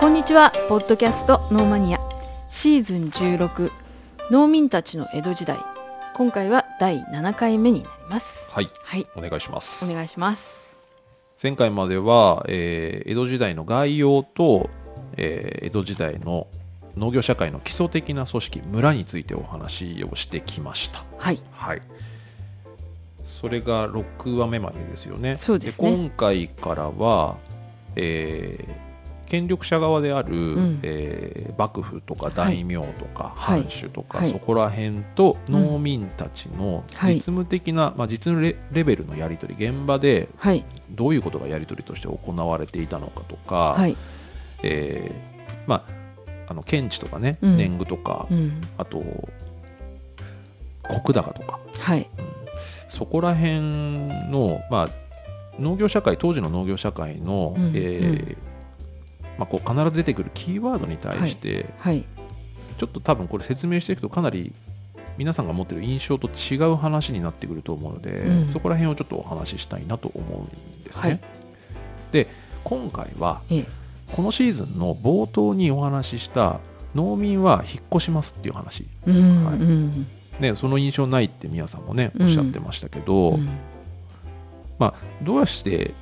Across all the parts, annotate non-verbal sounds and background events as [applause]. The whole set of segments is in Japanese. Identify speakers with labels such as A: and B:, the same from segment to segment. A: こんにちはポッドキャストノーマニアシーズン16農民たちの江戸時代今回は第7回目になります
B: はい、
A: はい
B: お願いします。
A: お願いします
B: 前回までは、えー江戸時代の概要と、えー江戸時代の農業社会の基礎的な組織村についてお話をしてきました。
A: はい
B: はい。それが6話目までですよね。
A: そうですね
B: 今回からは、えー権力者側である、
A: ん
B: えー幕府とか大名とか
A: はい
B: 藩主とか、
A: はい
B: そこら辺と農民たちの
A: はい
B: 実務的な、まあ、実務レレベルのやり取り現場で
A: はい
B: どういうことがやり取りとして行われていたのかとか、
A: はい
B: えーまあ、あの検地とかね、
A: うん
B: 年貢とか、
A: うん
B: あと石高とか
A: はい
B: そこら辺の、まあ、農業社会当時の農業社会の、
A: うん
B: えー
A: うん
B: まあ、こう必ず出てくるキーワードに対して、
A: はい
B: ちょっと多分これ説明していくとかなり皆さんが持ってる印象と違う話になってくると思うので、
A: うん
B: そこら辺をちょっとお話ししたいなと思うんですね。
A: はい
B: で今回は
A: ええ
B: このシーズンの冒頭にお話しした農民は引っ越しますっていう話、
A: うん、
B: はい
A: うん
B: ね、その印象ないって宮さんもねおっしゃってましたけど、
A: うん
B: まあ、どうして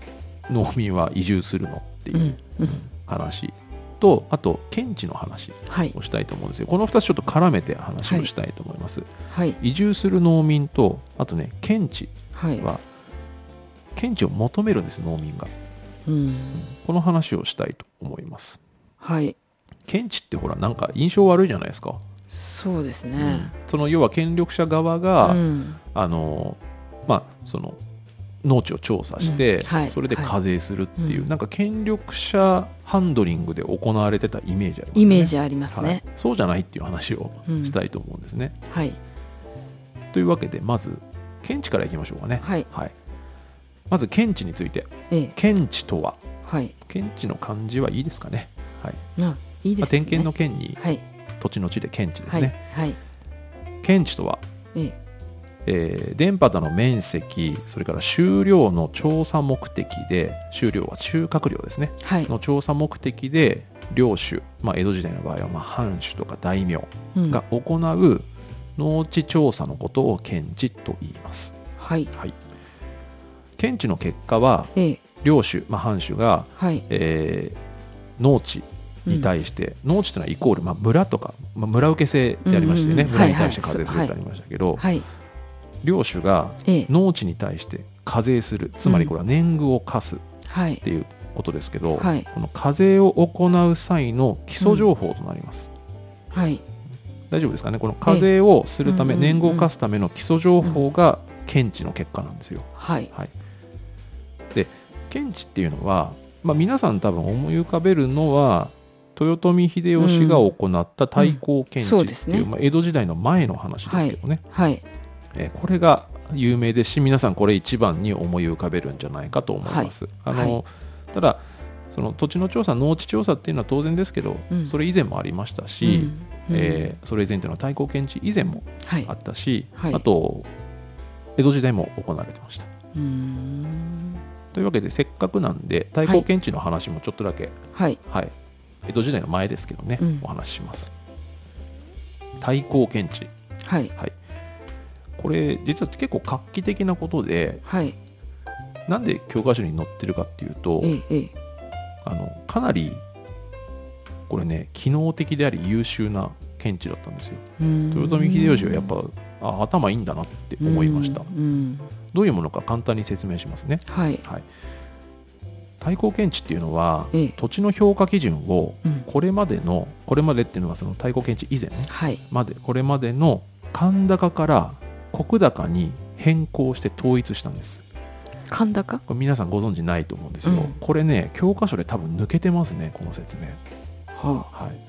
B: 農民は移住するのって
A: う
B: いうん
A: うん
B: 話とあと検地の話
A: はい
B: をしたいと思うんですよこの2つちょっと絡めて話をしたいと思います、
A: はい
B: 移住する農民とあとね検地
A: はい
B: は検地を求めるんです農民が
A: うん
B: この話をしたいと思います
A: はい
B: 検地ってほらなんか印象悪いじゃないですか、
A: そうです
B: う
A: ね
B: んその要は権力者側
A: う
B: が、
A: ん
B: あのまあその農地を調査して、
A: うんはい
B: それで課税するっていう、
A: はい
B: なんか権力者ハンドリングで行われてたイメージありますね
A: イメージあります
B: はい
A: ね、
B: そうじゃないっていう話を
A: うん
B: したいと思うんですね、
A: はい
B: というわけでまず検地からいきましょうかね
A: はい
B: まず検地について
A: ええ
B: 検地とは
A: はい
B: 検地の漢字はいいですかねはい
A: うんいいで
B: まあ
A: すね
B: 点検の検に
A: はい
B: 土地の地で検地です
A: はい、
B: ね、
A: はい
B: 検地とは
A: ええ
B: えー電波の面積それから収量の調査目的で収量は収穫量ですね
A: はい
B: の調査目的で領主、まあ、江戸時代の場合はまあ藩主とか大名
A: うん
B: が行う農地調査のことを検地と言います、
A: はい
B: はい、検地の結果は
A: ええ
B: 領主、まあ、藩主が、
A: はい
B: えー農地に対して、農地というのはイコール、まあ、村とか、まあ、村受け制でありましてね、
A: うんうんうん
B: 村に対して
A: は
B: 課
A: いはい
B: 税するってありましたけど、
A: はい
B: 領主が
A: ええ
B: 農地に対して課税するつまりこれは年貢を課すっ
A: はい
B: ていうことですけど、
A: はい
B: この課税を行う際の基礎情報となります、
A: はい
B: 大丈夫ですかねこの課税をするため、
A: ええうんうんうん
B: 年貢を課すための基礎情報が検知の結果なんですよ
A: はい
B: 検知っていうのは、まあ、皆さん多分思い浮かべるのは豊臣秀吉が行った対抗検
A: うんうんそうで
B: 知っ
A: す
B: ていう,、
A: ね
B: まあ、江戸時代の前の話ですけどね、
A: はい
B: えーこれが有名ですし皆さんこれ一番に思い浮かべるんじゃないかと思います、
A: い
B: あの、
A: は
B: ただその土地の調査農地調査っていうのは当然ですけど、
A: うん
B: それ以前もありましたし、
A: うん
B: えーそれ以前というのは対抗検知以前も
A: はい
B: あったし、
A: はい
B: あと江戸時代も行われてました
A: うーん
B: というわけでせっかくなんで対抗検知の話もちょっとだけ、
A: はい
B: はい江戸時代の前ですけどね、
A: うん
B: お話しします対抗検知
A: はい
B: これ実は結構画期的なことで
A: はい
B: なんで教科書に載ってるかっていうと、
A: ええええ
B: あのかなりこれね機能的であり優秀な検知だったんですよ
A: うーん
B: 豊臣秀吉はやっぱあ頭いいんだなって思いました、
A: うんうん
B: どういうものか簡単に説明しますね
A: はい
B: 対抗検知っていうのは、
A: ええ
B: 土地の評価基準を
A: うん
B: これまでのこれまでっていうのはその対抗検知以前ね
A: はい
B: までこれまでの官高から石高に変更して統一したんです
A: 神高
B: これ皆さんご存知ないと思うんですよ、
A: うん
B: これね教科書で多分抜けてますねこの説明
A: は
B: はい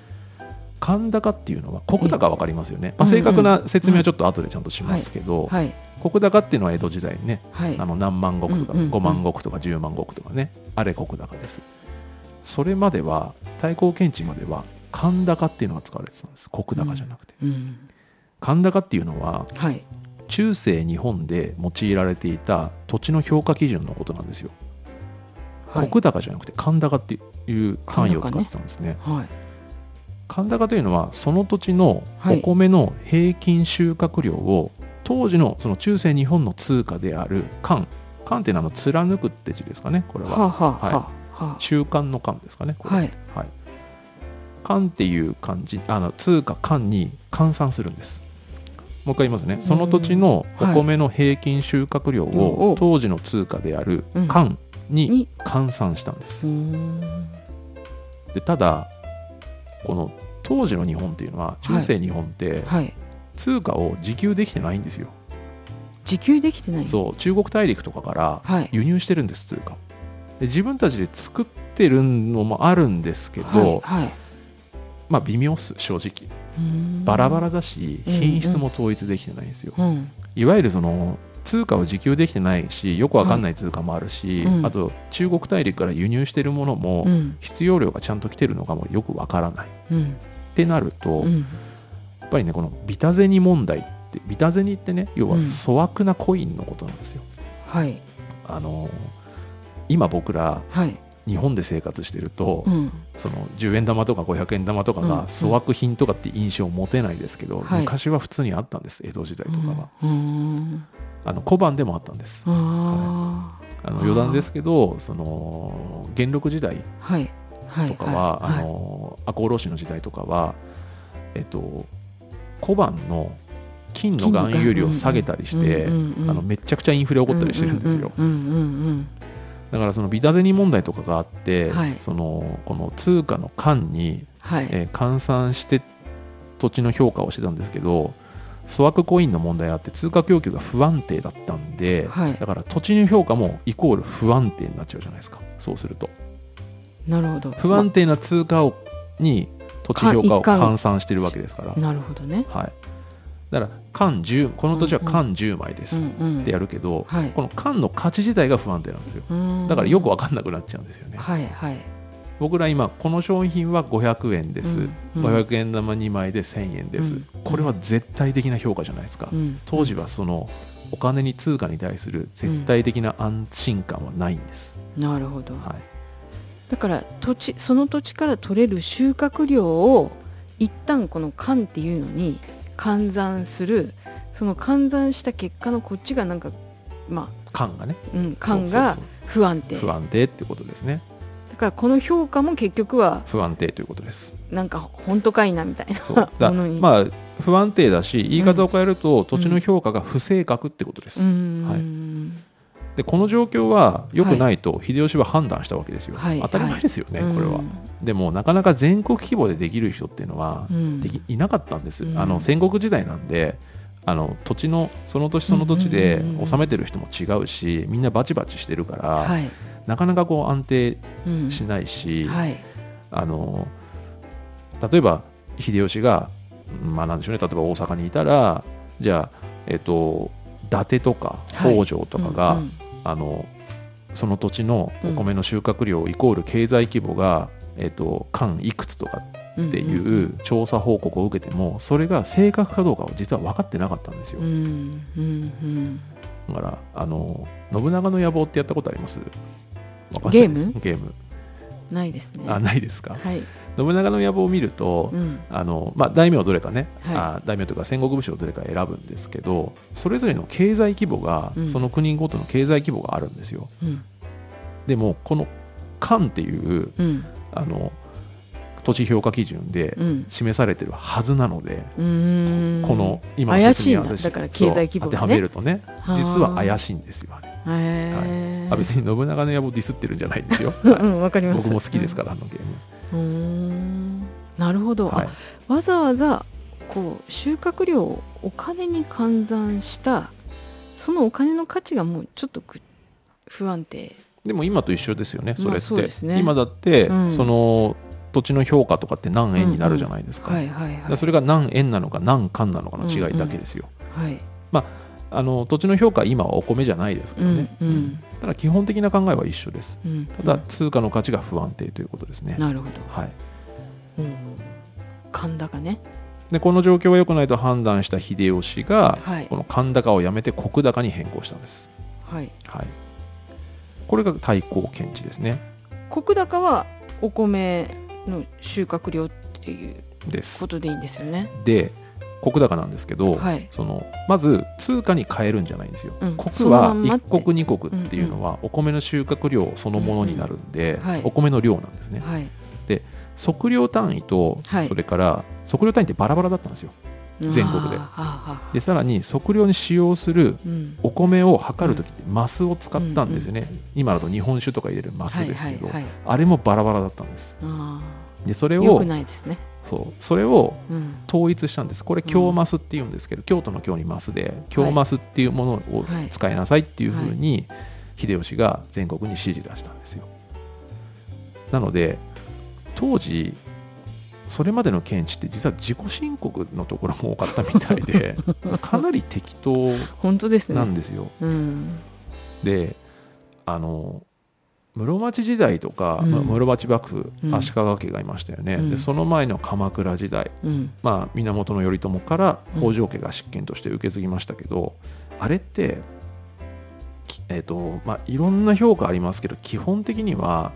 B: 官高っていうのは石高わかりますよね、まあ、正確な説明はちょっと後でちゃんとしますけど、
A: あはい
B: 石高っていうのは江戸時代にね
A: はい
B: あの何万石とか
A: うんうんうん
B: 5万石とか10万石とかねあれ国高ですそれまでは対抗検知までは神高っていうのが使われてたんです国高じゃなくて
A: うん
B: 神高っていうのは
A: はい
B: 中世日本で用いられていた土地の評価基準のことなんですよ
A: はい
B: 石高じゃなくて神高っていう単位を使ってたんですね
A: はい
B: 神高というのはその土地の
A: はい
B: お米の平均収穫量を、当時のその中世日本の通貨である漢漢っていうのはあの貫くって字ですかねこれ
A: は
B: は、
A: あはあ
B: はい
A: はあは
B: 中間の漢ですかねこれ
A: あはい
B: はい、漢っていう漢字あの通貨漢に換算するんですもう一回言いますねその土地のお
A: うんはい
B: 米の平均収穫量
A: おうおう
B: を当時の通貨である
A: うん
B: 漢に
A: に
B: 換算したんです
A: うーん
B: でただこの当時の日本っていうのは中世日本って
A: はい
B: 通貨を自給できてないんですよ、
A: 自給できてない
B: そう中国大陸とかから
A: はい
B: 輸入してるんです通貨で自分たちで作ってるのもあるんですけど、
A: はいはい
B: まあ微妙っす正直
A: うーん
B: バラバラだし
A: うん
B: 品質も統一できてないんですよ、
A: うん
B: いわゆるその通貨を自給できてないしよくわかんない通貨もあるし、
A: うん
B: あと中国大陸から輸入してるものも
A: うん
B: 必要量がちゃんと来てるのかもよくわからないっ
A: うん
B: てなると、
A: う
B: や
A: ん
B: っぱりねこのビタゼニ問題ってビタゼニってね要
A: う
B: は
A: ん
B: 粗悪なコインのことなんですよ、
A: はい
B: あの今僕ら
A: はい
B: 日本で生活してると、
A: うん
B: その10円玉とか500円玉とか
A: う
B: が
A: ん
B: 粗悪品とかって印象を持てないですけど、
A: はい
B: 昔は普通にあったんです江戸時代とかは、
A: うーん
B: あの小判でもあったんです、
A: あ
B: あの余談ですけどその元禄時代
A: あはいはい
B: とかは、
A: はい
B: あの赤穂浪士の時代とかはえっと小判の金の含有量を下げたりして、あのめちゃくちゃインフレ起こったりしてるんですよ、
A: うんうんうん
B: だからそのビタゼニ問題とかがあって、
A: はい
B: そのこの通貨の間に、
A: はい
B: えー換算して土地の評価をしてたんですけど粗悪コインの問題があって通貨供給が不安定だったんで、
A: はい
B: だから土地の評価もイコール不安定になっちゃうじゃないですかそうすると
A: なるほど
B: 不安定な通貨をに土地評価を
A: か一貫
B: 換算してるわけですから、
A: なるほどね
B: はい、だから缶10この土地は缶10枚で
A: う
B: す
A: ん
B: っ
A: うん
B: てやるけど、
A: はい
B: この缶の価値自体が不安定なんですよ
A: うん
B: だからよく分かんなくなっちゃうんですよね、
A: はいはい
B: 僕ら今この商品は500円です、
A: うんうん
B: 500円玉2枚で1000円です、
A: うん
B: これは絶対的な評価じゃないですか、
A: うん
B: 当時はそのお金に通貨に対する絶対的な安心感はないんです、
A: なるほど
B: はい、
A: だから土地その土地から取れる収穫量を一旦この換っていうのに換算するその換算した結果のこっちがなんかま
B: 感がね
A: あ、うん、換
B: そ
A: が
B: うそう
A: 不安定
B: そう不安定ってことですね
A: だからこの評価も結局は
B: 不安定ということです
A: なんか本当かいなみたいな
B: そう
A: [laughs]
B: だ
A: ものに
B: まあ不安定だし言い方を変えると、土地の評価が不正確ってことで
A: う
B: す、
A: ーん、
B: でこの状況は良くないと秀吉は判断したわけですよ、
A: はい
B: 当たり前ですよね、
A: うん
B: これは、でもなかなか全国規模でできる人っていうのは
A: うん
B: できいなかったんです、
A: うん
B: あの戦国時代なんであの土地のその土地その土地で
A: うんうんうんうん
B: 治めてる人も違うしみんなバチバチしてるから、
A: はい、
B: なかなかこう安定
A: うん
B: しないし、
A: はい
B: あの例えば秀吉がまあなんでしょうね例えば大阪にいたらじゃあえっと伊達とか
A: はい
B: 北条とかが、
A: うんうん
B: あのその土地のお米の収穫量イコール経済規模が、えっと間いくつとかっていう調査報告を受けてもそれが正確かどうかは実は分かってなかったんですよ
A: うんうん
B: だからあの信長の野望ってやったことありますわかんない
A: ゲーム
B: ゲーム
A: うんないですね
B: あないですか
A: はい、
B: 信長の野望を見ると
A: うん、
B: あのまあ、大名どれかね、
A: はい
B: あ大名というか戦国武将どれか選ぶんですけどそれぞれの経済規模が、
A: うん
B: その国ごとの経済規模があるんですよ
A: うん
B: でもこの間っていう
A: うん
B: あの土地評価基準で
A: うん
B: 示されてるはずなので、
A: うーん
B: この今
A: 怪しいんだ
B: 説明を私
A: だから経済規模がね
B: そう当てはめるとね
A: あー
B: 実は怪しいんですよあれ
A: へえ、
B: あ別に信長の野望ディスってるんじゃない
A: [laughs]
B: んですよ
A: うんうんわかります
B: 僕も好きですからあのゲーム、
A: らうんなるほど、
B: はい
A: あ、わざわざこう収穫量をお金に換算したそのお金の価値がもうちょっとぐ不安定
B: でも今と一緒ですよねそれって、
A: まあそうですね
B: 今だって、
A: うん
B: その土地の評価とかって何円になるじゃないですか,、
A: はいはいはい
B: それが何円なのか何貫なのかの違いだけですよ、
A: はい
B: あの土地の評価は今はお米じゃないですからね、
A: うんうん
B: ただ基本的な考えは一緒です
A: うん
B: ただ通貨の価値が不安定ということですね、
A: なるほど
B: はい、
A: うんうん神高ね
B: でこの状況は良くないと判断した秀吉が、
A: はい
B: この神高をやめて石高に変更したんです、
A: はい
B: はい、これが対抗検地ですね
A: 石高はお米の収穫量っていう
B: で
A: こ
B: す。
A: とでいいんですよね。
B: で石高なんですけど、
A: はい
B: そのまず通貨に変えるんじゃないんですよ。
A: うんそ
B: 国
A: のま
B: は
A: んまっ
B: 1
A: て
B: 国2国っていうのはお米の収穫量そのものになるんで、
A: うんはい
B: お米の量なんですね。
A: はい。
B: 測量単位と
A: はい
B: それから測量単位ってバラバラだったんですよ。全
A: あ
B: 国で
A: ーはあはあ
B: でさらに測量に使用する
A: うん。
B: お米を測る時ってマスを使ったんですよね、今だと日本酒とか入れるマスですけど、
A: はいはいはい、
B: あれもバラバラだったんです
A: あ
B: でそれ
A: あ。よ
B: を
A: くないですね。
B: そうそれを
A: うん。
B: 統一したんですこれ京マスっていうんですけど、京都の京にマスで京マスっていうものを
A: はい
B: 使いなさいっていうふうに秀吉が全国に指示出したんですよなので当時それまでの検知って実は自己申告のところも多かったみたい
A: [laughs]
B: でかなり適当
A: 本当ですね。
B: なんですよ、
A: うん。
B: であの室町時代とか、
A: うん
B: まあ室町幕府
A: うん
B: 足利家がいましたよね、
A: うん
B: でその前の鎌倉時代、
A: うん。
B: まあ、源頼朝から
A: うん
B: 北条家が執権として受け継ぎましたけど、あれって、きえーとまあ、いろんな評価ありますけど基本的には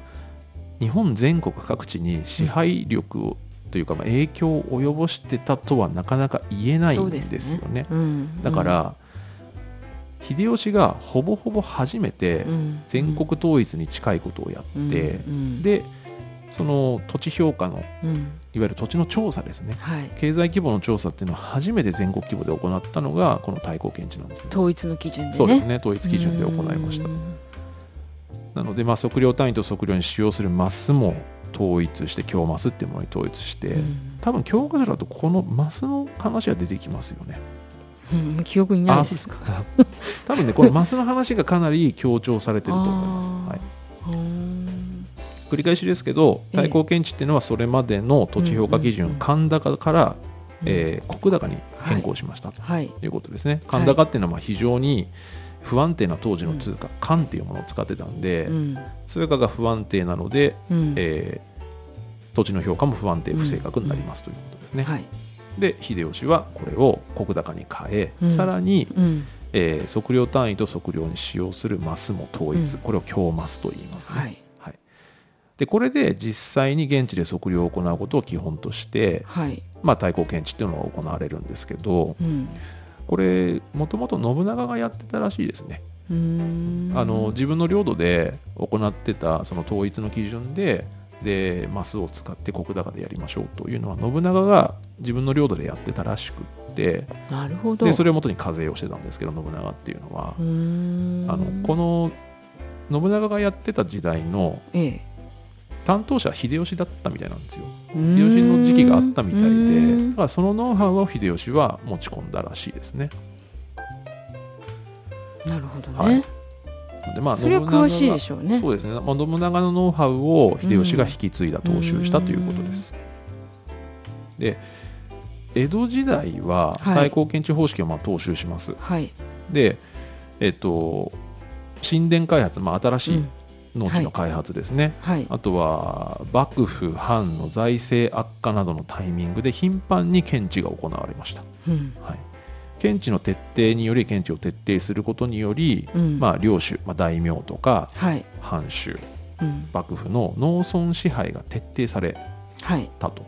B: 日本全国各地に支配力を、というか、まあ、影響を及ぼしてたとはなかなか言えない
A: そうんで
B: ですす
A: ね
B: よね。
A: うん。
B: だから、秀吉がほぼほぼ初めて
A: うん、うん
B: 全国統一に近いことをやって、
A: うん、
B: でその土地評価のいわ
A: うん、
B: ゆる土地の調査ですね
A: はい。
B: 経済規模の調査っていうのは初めて全国規模で行ったのがこの対抗検知なんですね。
A: 統一の基準でね。
B: そうですね統一基準で行いました
A: うん
B: なので、まあ、測量単位と測量に使用するマスも統一して強マスっていうものに統一して、
A: うん
B: 多分教科書だとこのマスの話が出てきますよね
A: うん、記憶にない
B: あ [laughs] そうですか多分ねこのマスの話がかなり強調されてると思います、
A: あー
B: はい、
A: うん
B: 繰り返しですけど
A: ええ
B: 対抗検知っていうのはそれまでの土地評価基
A: うんうん
B: 準
A: うん
B: 神高から、えー石高に変更しましたと
A: はい。
B: いうことですね神高っていうのはまあ非常に不安定な当時の通貨、漢っていうものを使ってたんで、
A: うん。
B: 通貨が不安定なので、
A: うん。
B: えー土地の評価も不安定不正確になりますということですね、
A: はい。
B: で秀吉はこれを石高に変え、
A: うん
B: さらに
A: うん。
B: えー測量単位と測量に使用するマスも統一、
A: うん
B: これを強マスと言いますね、
A: はい。
B: でこれで実際に現地で測量を行うことを基本として、
A: はい。
B: まあ、対抗検知っていうのが行われるんですけど
A: うん。
B: これもともと信長がやってたらしいですね、
A: うーん
B: あの自分の領土で行ってたその統一の基準ででマスを使って石高でやりましょうというのは信長が自分の領土でやってたらしくって
A: なるほど。
B: でそれをもとに課税をしてたんですけど信長っていうのは
A: うー。ん
B: あのこの信長がやってた時代の
A: ええ
B: 担当者は秀吉だったみたいなんですよ
A: うーん
B: 秀吉の時期があったみた
A: う
B: いで
A: ー
B: だ
A: ん
B: からそのノウハウを秀吉は持ち込んだらしいですね
A: なるほどね、
B: はいでまあ
A: それは
B: 信長が
A: 詳しいでしょうね
B: そうですね、まあ、信長のノウハウを秀吉が引き継いだ
A: うん
B: 踏襲したということですで江戸時代は
A: はい
B: 対抗検知方式をまあ踏襲します、
A: はい
B: でえっと神殿開発、まあ、新し
A: う
B: い
A: ん
B: 農地の開発ですね、
A: はい
B: あとは幕府藩の財政悪化などのタイミングで頻繁に検知が行われました、
A: うん
B: はい、検知の徹底により検知を徹底することにより、
A: うん
B: まあ、領主、まあ、大名とか
A: はい
B: 藩主
A: うん
B: 幕府の農村支配が徹底され
A: はい
B: たと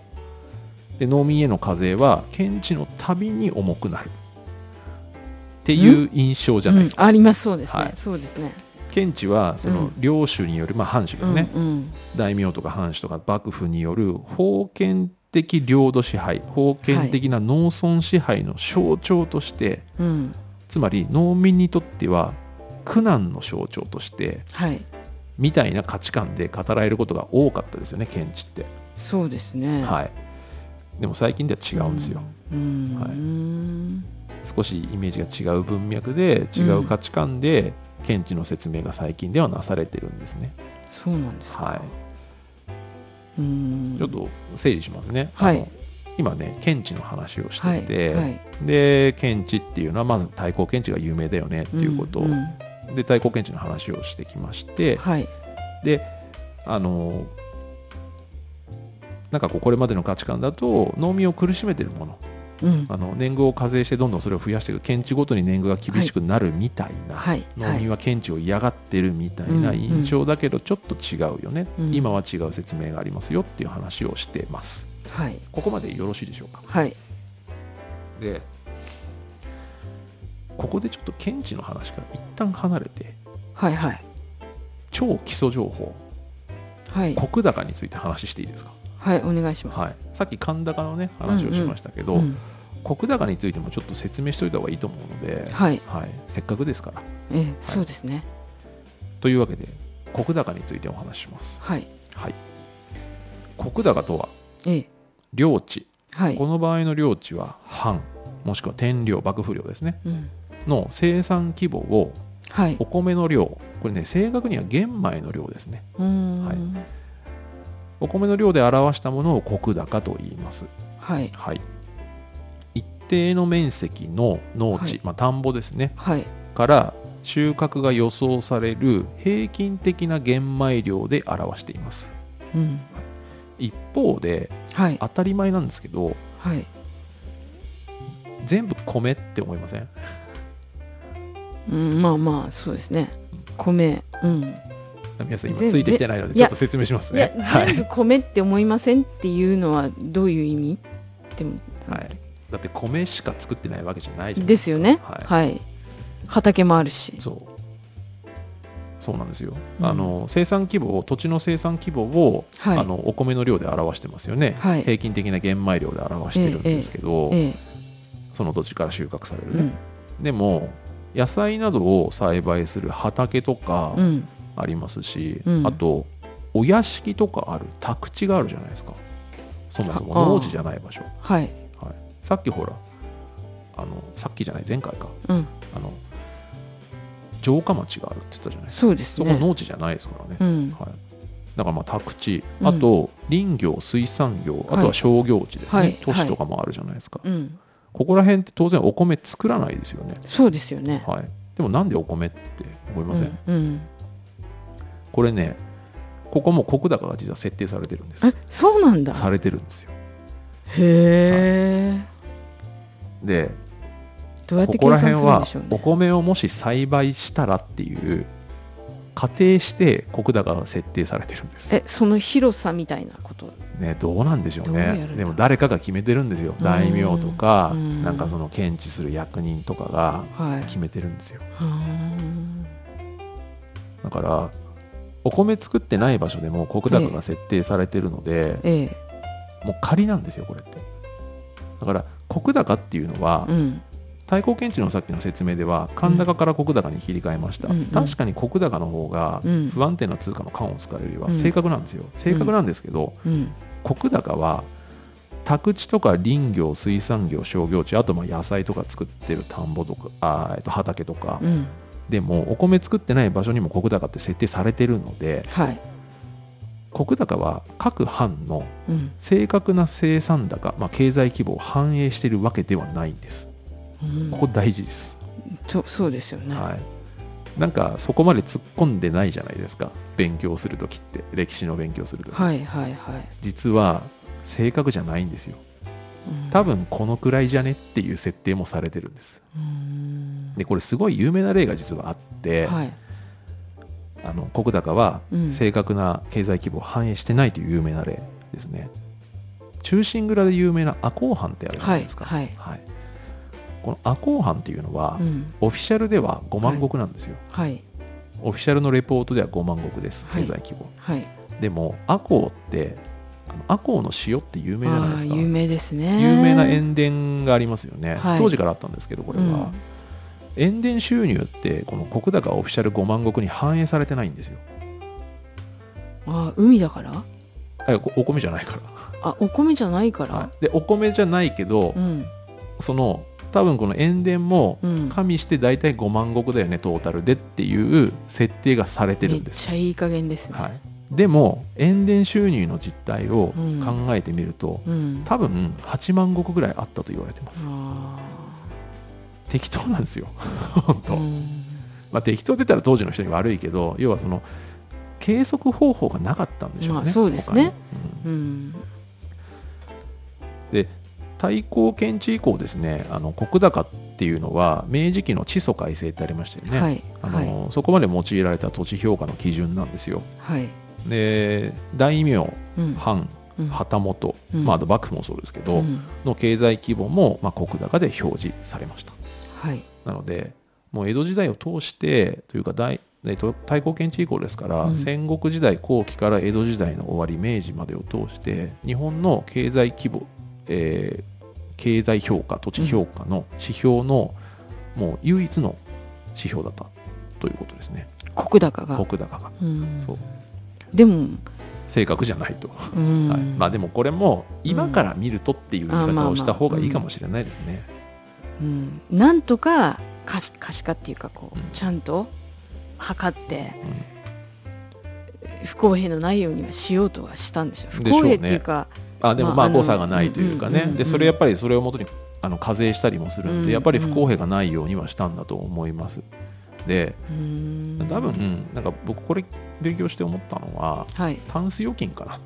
B: で農民への課税は検知のたびに重くなるっていう印象じゃないですか、
A: うんありますそうですね、
B: はい
A: そうですね
B: 検知はそうの
A: ん
B: 領主による、まあ、藩主ですね、
A: うんうん
B: 大名とか藩主とか幕府による封建的領土支配封建的な農村支配の象徴として、
A: うん
B: つまり農民にとっては苦難の象徴として
A: はい
B: みたいな価値観で語られることが多かったですよね検知って、
A: そうですね
B: はいでも最近では違うんですよ、
A: うん、
B: はい
A: うん
B: 少しイメージが違う文脈で違う価値観で検知の説明が最近ではなされてるんですね、
A: そうなんですか
B: はい
A: うん
B: ちょっと整理しますね、
A: はい
B: あの今ね検知の話をし
A: は
B: て
A: い
B: て、
A: はい
B: で検知っていうのはまず対抗検知が有名だよねっていうこと、
A: んん
B: で対抗検知の話をしてきまして
A: はい
B: であのなんかこうこれまでの価値観だと農民を苦しめてるもの
A: うん
B: あの年貢を課税してどんどんそれを増やしていく検地ごとに年貢が厳しくなるみたいな、
A: はいは
B: 農民
A: い
B: は検地を嫌がってるみたいな印象だけどちょっと違うよね、
A: うん
B: 今は違う説明がありますよっていう話をしてます
A: はい
B: ここまでよろしいでしょうか
A: はい
B: でここでちょっと検地の話から一旦離れて
A: はいはい
B: 超基礎情報
A: はい
B: 国高について話していいですか、
A: はいお願いします。
B: はい、さっき神高のね話をしましたけど、
A: うん
B: 国高についてもちょっと説明しといた方がいいと思うので、
A: はい
B: はい、せっかくですから
A: えーそうですね。
B: というわけで国高についてお話しします、
A: はい
B: はい、国高とは
A: えー
B: 領地
A: はい
B: この場合の領地は藩もしくは天領幕府領ですね
A: うん
B: の生産規模を
A: はい
B: お米の量これね正確には玄米の量ですね
A: うーん
B: はいお米の量で表したものを石高と言います
A: はい
B: はい一定の面積の農地、
A: はい
B: まあ田んぼですね
A: はい
B: から収穫が予想される平均的な玄米量で表しています
A: うん
B: 一方で
A: はい
B: 当たり前なんですけど
A: はい
B: 全部米って思いません
A: うんまあまあそうですね米うん
B: 皆さん今
A: 全
B: ついてきてないので
A: い
B: ちょ
A: や
B: っと説明します
A: いや
B: ねは
A: 全
B: い
A: 部米って思いませんっていうのはどういう意味っても
B: はい、だって米しか作ってないわけじゃないじゃない
A: ですよね
B: はい
A: はい畑もあるし
B: そうそうなんですよ、
A: うん
B: あの生産規模を土地の生産規模を、
A: はい
B: あのお米の量で表してますよね、
A: はい
B: 平均的な玄米量で表してるんですけど、
A: ええ
B: その土地から収穫される
A: う
B: ね
A: ん、
B: でも野菜などを栽培する畑とか
A: うん
B: ありますし、
A: うん
B: あとお屋敷とかある宅地があるじゃないですかそもそも
A: ああー
B: 農地じゃない場所
A: はい
B: はい、さっきほらあのさっきじゃない前回か
A: うん
B: あの城下町があるって言ったじゃないですか
A: そうです
B: そこ
A: ね
B: 農地じゃないですからね、
A: うん
B: はい、だからまあ宅地
A: うん
B: あと林業水産業あ
A: は
B: と
A: い
B: は商業地ですね、
A: はい
B: 都市とかもあるじゃないですか、
A: うん
B: ここら辺って当然お米作らないですよね、
A: そうですよね
B: はい、でもなんでお米って思いません、
A: うんうん
B: これねここも石高が実は設定されてるんで
A: え
B: す
A: そうなんだ
B: されてるんですよ
A: へえ
B: で
A: どうやっ
B: こ
A: て
B: こ
A: 計
B: ら
A: 算する
B: 辺
A: ん
B: は
A: でしょう
B: お
A: ね
B: 米をもし栽培したらっていう仮定して石高が設定されてるんです、
A: えその広さみたいなこと
B: ね、どうなんでしょう
A: どうや
B: ね
A: るんだ
B: でも誰かが決めてるんですよ
A: うん
B: 大名とか
A: うん
B: なんかその検知する役人とかが
A: はい
B: 決めてるんですよ
A: うーん
B: だからお米作ってない場所でも石高が設定されてるので、
A: ええ
B: もう仮なんですよこれってだから石高っていうのは、
A: うん
B: 対抗検知のさっきの説明では神高から石高に切り替えました、
A: うんうん
B: 確かに石高の方が
A: うん
B: 不安定な通貨の缶を使うよりは
A: うん
B: 正確なんですよ、正確なんですけど
A: うん
B: 石高は宅地とか林業水産業商業地あとまあ野菜とか作ってる田んぼとかあー、えっと、畑とか、
A: うん
B: でもお米作ってない場所にも石高って設定されてるので
A: はい
B: 石高は各藩の
A: うん
B: 正確な生産高、まあ、経済規模を反映してるわけではないんです
A: うん
B: ここ大事です
A: そそうですよね
B: はい、なんかそこまで突っ込んでないじゃないですか勉強するときって歴史の勉強するとき、
A: はいはいはい
B: 実は正確じゃないんですよ
A: うん
B: 多分このくらいじゃねっていう設定もされてるんです
A: うーん
B: でこれすごい有名な例が実はあって、
A: はい
B: あの石高は
A: うん
B: 正確な経済規模を反映してないという有名な例ですね中心蔵で有名な赤穂藩ってあるじゃないですか、
A: はいはい
B: この赤穂藩っていうのは、
A: うん
B: オフィシャルでは5万石なんですよ、
A: はい
B: オフィシャルのレポートでは5万石です
A: はい
B: 経済規模、
A: はい
B: でもアコウってあのアコウの塩って有名じゃない
A: あ
B: で
A: あ
B: すか
A: 有
B: 有
A: 名ですね
B: 名な塩田がありますよね、
A: はい
B: 当時からあったんですけどこれは、塩田収入ってこの石高オフィシャル5万石に反映されてないんですよ
A: ああ海だから
B: あおお米じゃないか、
A: あお米じゃないからら、
B: はい、でお米じゃないけど、
A: うん
B: その多分この塩田も
A: うん
B: 加味して大体5万石だよねトータルでっていう設定がされてる
A: め
B: ん
A: っ
B: です
A: ちゃいい加減ですね、
B: はい、でも塩田収入の実態を考えてみると、
A: うん
B: 多分8万石ぐらいあったと言われてます、
A: あ
B: 適当なんですよ本
A: あ
B: 当、
A: うん
B: まあ、適当出たら当時の人に悪いけど要はその計測方法がなかったんでしょうね、
A: まあそうですね
B: 他にうん
A: うん
B: で対抗検知以降ですねあの石高っていうのは明治期の地租改正ってありましたよね、
A: はい
B: あ
A: はい
B: のそこまで用いられた土地評価の基準なんですよ
A: はい
B: で大名
A: うん
B: 藩
A: うん
B: 旗本、
A: うん
B: まあ、あと幕府もそうですけど、
A: うん
B: の経済規模も、まあ、石高で表示されました
A: はい
B: なのでもう江戸時代を通してというか大えっと太閤検地以降ですから、
A: うん
B: 戦国時代後期から江戸時代の終わり明治までを通して日本の経済規模、えー経済評価土地評価の指標の、もう唯一の指標だったということですね
A: 石高が
B: 石高が
A: うん
B: そう
A: でも、
B: 正確じゃないと、
A: うん
B: はい、まあでもこれも今から見るとっていう言い方をした方がいいかもしれないですね、
A: うんなんとか可視可視化っていうかこう、
B: うん
A: ちゃんと測って、不公平のないようにはしようとはしたんでしょう不
B: でしょ
A: 公
B: う
A: 平
B: ね
A: っていうか
B: あでも
A: ま
B: ま
A: あ
B: あ
A: あの
B: 誤差がないというか
A: うんうん
B: ね
A: うん
B: でそれやっぱりそれをもとにあの課税したりもするん
A: うん
B: でやっぱり不公平がないようにはしたんだと思いますで
A: うーん
B: 多分なんか僕これ勉強して思ったのは
A: はい
B: タンス預金かなっ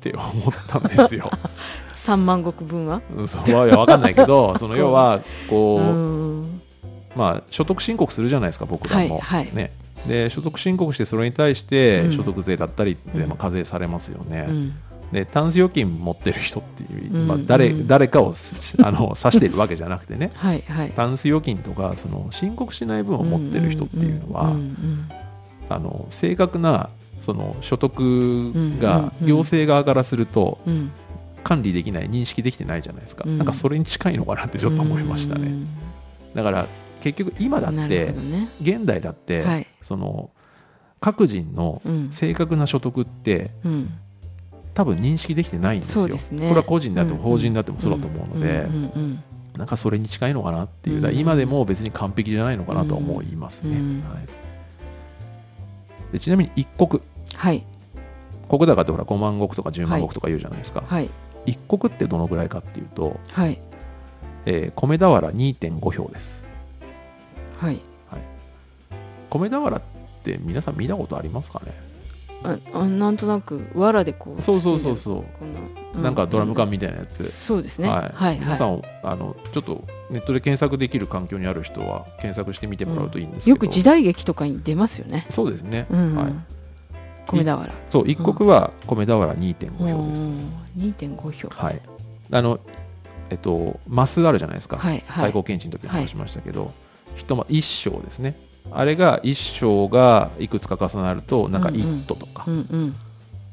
B: て思ったんです
A: [laughs]
B: よ
A: 3万石分は
B: うんそれは分かんないけ
A: [laughs]
B: どその要は
A: う
B: こ
A: ん
B: うまあ所得申告するじゃないですか僕らも
A: はいはい
B: ねで所得申告してそれに対し
A: う
B: て
A: ん
B: 所得税だったりで
A: う
B: まあ課税されますよね、
A: うん
B: でタンス預金持ってる人っていう、まあ、
A: うん
B: 誰
A: うん
B: 誰か
A: [laughs]
B: をすあの指してるわけじゃなくてね
A: はいはい
B: タンス預金とかその申告しない分を持ってる人っていうのは、
A: んん
B: あの正確なその所得
A: うん
B: が
A: うんうん
B: 行政側からすると
A: うんうん
B: 管理できない認識できてないじゃないですか、
A: うん
B: なんかそれに近いのかなってちょっと思いましたね、
A: うん
B: だから結局今だ
A: な
B: っ
A: るほ
B: て
A: どね
B: 現代だって、
A: はい
B: その各人の
A: うん
B: 正確な所得って
A: うん
B: 多分認識できてないんです
A: そう
B: よ
A: ですね
B: これは個人であっても
A: うん
B: 法人であってもそうだと思うので、
A: うんうん
B: なんかそれに近いのかなっていう、
A: うん
B: だから今でも別に完璧じゃないのかなとは思いますね、
A: うん
B: はい、でちなみに一国
A: はい
B: 国高ってほら5万石とか10万石とか言うじゃないですか、
A: はい
B: 一国ってどのぐらいかっていうと、
A: はい
B: えー米俵2.5票です
A: はい
B: 米俵って皆さん見たことありますかね
A: ああなんとなく藁でこう
B: そうそうそう
A: 包
B: そ
A: んでるこ
B: う、
A: な
B: なんかドラム缶
A: み
B: みたいなやつ、
A: そうですね
B: は
A: はいいはい
B: 皆さんあのちょっとネットで検索できる環境にある人は検索してみてもらうといいんですけど、
A: よく時代劇とかに出ますよね。
B: そうですね、
A: うん、
B: はい、
A: 米俵。
B: そう一国は米俵2.5票です、
A: 二点五票。
B: はい、あのえっとマスあるじゃないですか、
A: はいは
B: 最
A: い
B: 高検知の時に話しましたけど、ひとま一章ですねあれが一章がいくつか重なるとなんか
A: うんうん
B: 一都とか、
A: うんうん。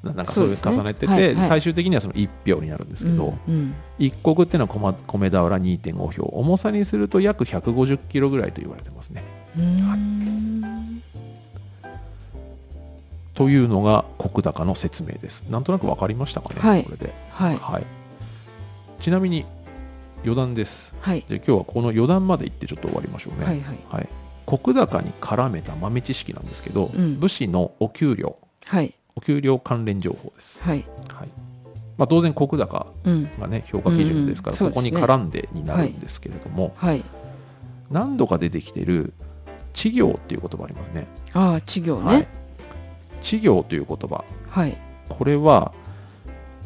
B: ななんかそういう
A: そうですね
B: 重ねてて、
A: はいはい
B: 最終的にはその一票になるんですけど、
A: うんうん
B: 一国っていうのは米米俵2.5票重さにすると約150キロぐらいと言われてますね
A: うーん
B: というのが石高の説明ですなんとなく分かりましたかね、
A: はい
B: これで、
A: はい
B: はい、ちなみに余談です
A: はい
B: じゃあ今日はこの余談まで行ってちょっと終わりましょうね。
A: はいはい
B: はい石高に絡めた豆知識なんですけど、
A: うん
B: 武士のお給料
A: はい
B: お給料関連情報です、
A: はい
B: はいまあ、当然石高
A: うん
B: がね評価基準ですから、
A: うんうん
B: ここに
A: そうですね
B: 絡んでになるんですけれども、
A: はい。
B: 何度か出てきてる稚業っていう言葉ありますね。
A: ああ稚業
B: はい
A: ね。
B: 稚業という言葉
A: はい
B: これは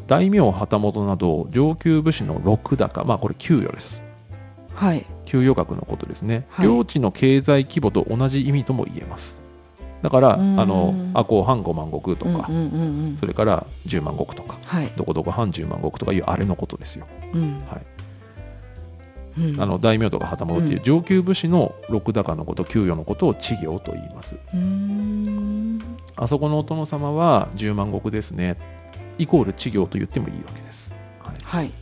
B: 大名旗本など上級武士の禄高まあこれ給与です
A: はい。
B: 給与額のことですね、
A: はい
B: 領地の経済規模と同じ意味とも言えますだからあ
A: うん
B: の阿公藩5万石とか、
A: うんうんうんうん
B: それから10万石とか
A: はい。
B: どこどこ藩10万石とかいうあれのことですよ、
A: うん
B: はい、
A: うん
B: あの大名とか旗本っていう上級武士の禄高のこと給与のことを稚業と言います
A: うーん
B: あそこのお殿様は10万石ですねイコール稚業と言ってもいいわけです、はい
A: はい。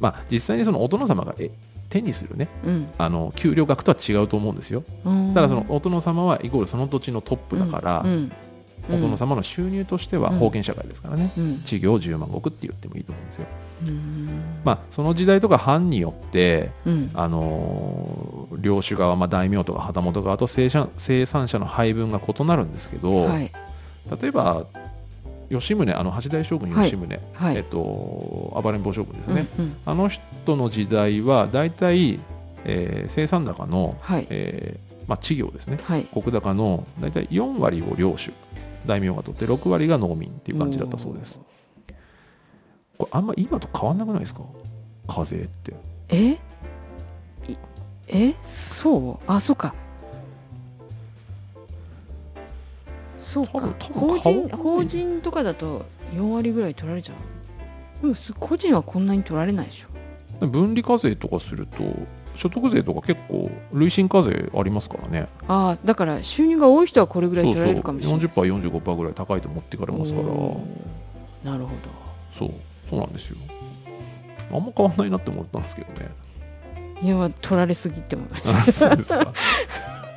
B: まあ、実際にそのお殿様がえ手にするね
A: うん。
B: あの給料額とは違うと思うんですよ
A: うん
B: ただそのお殿様はイコールその土地のトップだから、
A: うんうん
B: お殿様の収入としては
A: うん
B: 封建社会ですからね、
A: うん
B: 事業10万石って言ってもいいと思うんですよ。
A: うん
B: まあその時代とか藩によって、
A: うん
B: あのー領主側、まあ、大名とか旗本側と生産生産者の配分が異なるんですけど、
A: はい
B: 例えば吉宗あの八代将軍
A: はい
B: 吉宗、
A: は
B: えっ
A: い。
B: と、暴れん坊将軍ですね、
A: うんうん
B: あの人の時代は大体、えー生産高の、
A: はい
B: えーまあ、稚業ですね
A: はい。
B: 石高の大体4割を領主大名が取って6割が農民っていう感じだったそうですこれあんま今と変わんなくないですか課税って
A: えいえそうあそうかそう
B: 多
A: か
B: 分多分
A: 法
B: 変わん
A: 人
B: ない
A: 法人とかだと4割ぐらい取られちゃうでもす個人はこんなに取られないでしょ
B: 分離課税とかすると所得税とか結構累進課税ありますからね
A: ああだから収入が多い人はこれぐらい取られるかもしれない
B: そうそう 40%45% ぐらい高いと持ってかれますから
A: おーなるほ
B: そうそうなんですよあんま変わんないなって思ったんですけどね
A: どいや取られすぎって思いました
B: あそうですか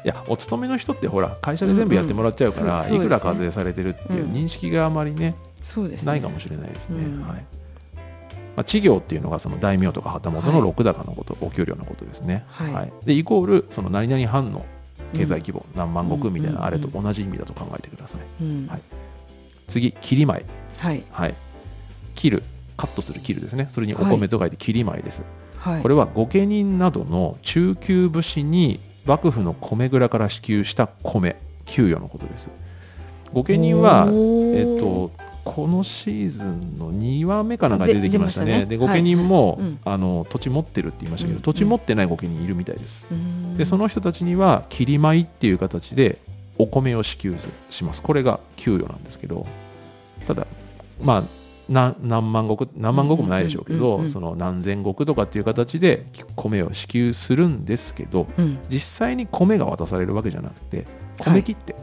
B: いやお勤めの人ってほら会社で全部やってもらっちゃうから、
A: うんうんそう
B: いくら
A: そうです
B: 課
A: ね
B: 税されてるっていう
A: うん
B: 認識があまりね、
A: そうですね
B: ないかもしれないですね、
A: うん
B: はいまあ、企業っていうのがその大名とか旗本の
A: はい
B: 禄高のこと、お給料のことですね、
A: はい
B: でイコールその何々藩の経済規模、何万
A: う
B: 石
A: ん
B: みたいなあれと
A: うんう
B: 同じ意味だと考えてください
A: うん
B: はい次切り米
A: はい
B: はい切るカットする切るですねそれにお米と書いて切り米です、
A: はい
B: これは御家人などの中級武士に幕府の米蔵から支給した米給与のことです御家人は
A: おー
B: えっとこのシーズンの2話目かなんか出てきました
A: で
B: ね。で、
A: 出ま
B: 御
A: したね
B: 家人も、
A: はいはいうん
B: あの土地持ってるって言いましたけ
A: う
B: ど、
A: ん
B: 土地持ってない御家人いるみたいです。
A: うーん
B: で、その人たちには切り米っていう形でお米を支給します。これが給与なんですけど、ただまあ何何万石何万石もないでしょうけ
A: うんうんう
B: ど、
A: んうんうん
B: その何千石とかっていう形で米を支給するんですけど、
A: うん
B: 実際に米が渡されるわけじゃなくて
A: はい
B: 米切ってっ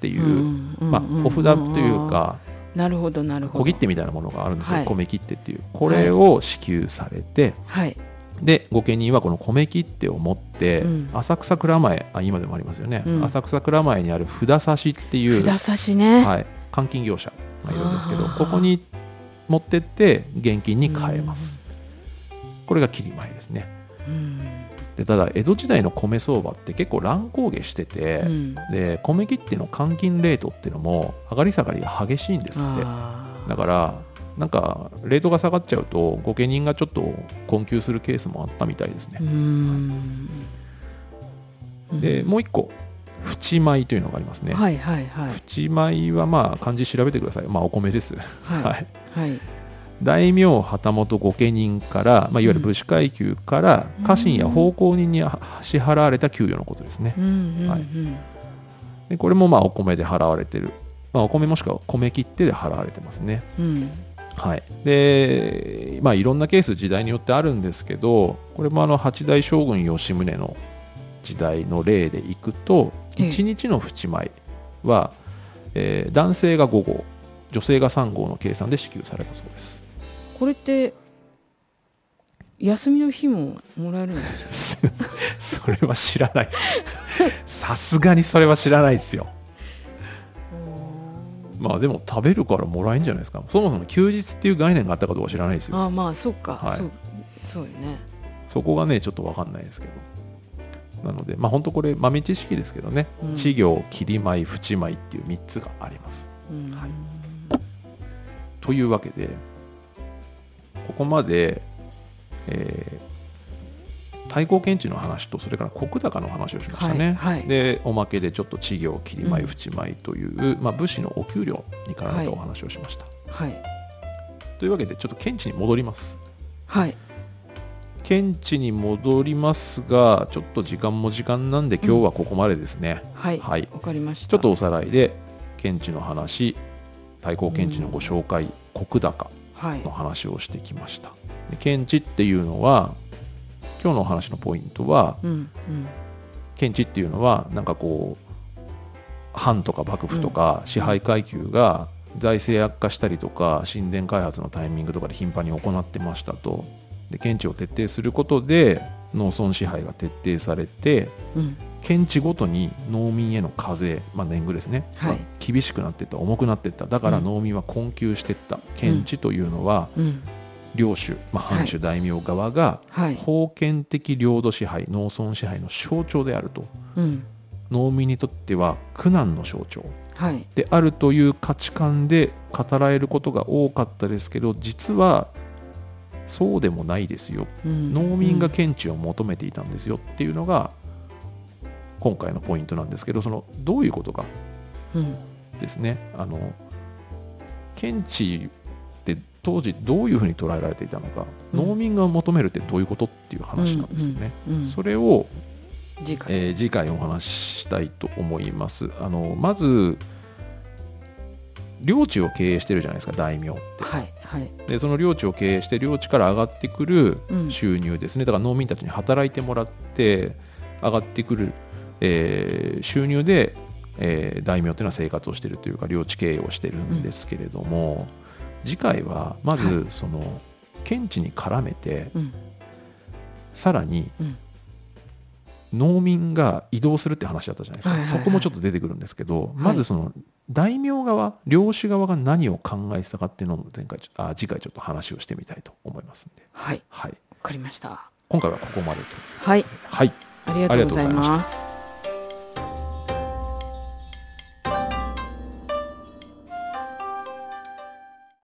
B: ていう。
A: うんうん
B: まあ
A: うんうん、
B: お札というか
A: なるほどなるほど
B: 小切手みたいなものがあるんですよ、
A: はい
B: 米切手っていうこれを支給されて、
A: はい
B: で御家人はこの米切手を持って、
A: うん
B: 浅草蔵前あ今でもありますよね、
A: うん
B: 浅草蔵前にある札差しっていう、
A: 札差しね、
B: はい、換金業者がいるんですけど
A: あー
B: ここに持ってって現金に変えます、これが切り前ですね
A: うん
B: でただ江戸時代の米相場って結構乱高下してて、
A: うん
B: で米切手の換金レートっていうのも上がり下がりが激しいんですって
A: あー
B: だからなんかレートが下がっちゃうと御家人がちょっと困窮するケースもあったみたいですね
A: う、ん
B: でもう一個淵米というのがありますね、
A: はいはいはい
B: 淵米はまあ漢字調べてくださいまあお米です、
A: は
B: [laughs] はい、
A: いはい
B: 大名旗本御家人から、まあ、いわゆる武士階級から
A: うん
B: 家臣や奉公人には支払われた給与のことですね
A: うんうん
B: は
A: う
B: い
A: ん
B: でこれもまあお米で払われてる、まあ、お米もしくは米切手で払われてますね
A: うん
B: はい、で、まあ、いろんなケース時代によってあるんですけどこれもあの八代将軍吉宗の時代の例でいくと
A: ええ
B: 1日の淵米は、えー男性が5号女性が3号の計算で支給されたそうです。 [laughs]
A: これって休みの日ももらえるんですか
B: それは知らないです。さすがにそれは知らないですよ。まあでも食べるからもらえんじゃないですか。そもそも休日っていう概念があったかどうか知らないですよ。
A: あーまあそうか、
B: はい
A: そうそうよね
B: そこがね、ちょっとわかんないですけど。なので、まあ本当これ豆知識ですけどね。
A: うん
B: 稚魚、霧舞、淵舞っていう3つがあります。
A: うん
B: はいというわけで、ここまで、えー対抗検知の話と、それから国高の話をしましたね。
A: はいはい
B: で、おまけでちょっと稚魚、霧舞、
A: うん
B: 淵舞という、まあ武士のお給料に絡めたお話をしました。
A: はい
B: というわけで、ちょっと検知に戻ります。
A: はい
B: 検知に戻りますが、ちょっと時間も時間なんで、今日はここまでですね。
A: はいわ、
B: はい
A: かりました
B: ちょっとおさらいで検知の話対抗検知のご紹介、国高
A: はい
B: の話をしてきましたで検知っていうのは今日のお話のポイントは
A: うんうん
B: 検知っていうのはなんかこう藩とか幕府とか支配階級が財政悪化したりとか神殿開発のタイミングとかで頻繁に行ってましたとで検知を徹底することで農村支配が徹底されて
A: うん
B: 検地ごとに農民への課税、まあ、年貢ですね、
A: はい
B: まあ厳しくなっていった重くなっていっただから
A: うん
B: 農民は困窮していった、検地というのは
A: うん
B: 領主、まあ、
A: はい
B: 藩主大名側が
A: はい
B: 封建的領土支配農村支配の象徴であると
A: うん
B: 農民にとっては苦難の象徴
A: はい
B: であるという価値観で語られることが多かったですけど実はそうでもないですよ
A: うん
B: 農民
A: う
B: が
A: ん
B: 検知を求めていたんですよっていうのが今回のポイントなんですけどそのどういうことか
A: うん
B: ですねあの検知って当時どういうふうに捉えられていたのか、
A: うん
B: 農民が求めるってどういうことっていう話なんですよね。
A: うんうんうん
B: それを、
A: 次回、
B: えー次回お話ししたいと思います。あのまず領地を経営してるじゃないですか大名って、
A: はいはい
B: でその領地を経営して領地から上がってくる
A: うん
B: 収入ですね、だから農民たちに働いてもらって上がってくる、えー収入で、えー大名というのは生活をしているというか領地経営をしているんですけれども、次回はま
A: は
B: ずその、検地に絡めて
A: うん
B: さらに
A: うん
B: 農民が移動するって話だったじゃないですか、
A: はいはいはい
B: そこもちょっと出てくるんですけど、まずその大名側領主側が何を考えてたかっていうのを前回ちょあ次回ちょっと話をしてみたいと思いますんで、
A: はい
B: はい、
A: わかりました
B: 今回はここまでと
A: はい
B: はい
A: ありがとうござい
B: ありがとうございま
A: ます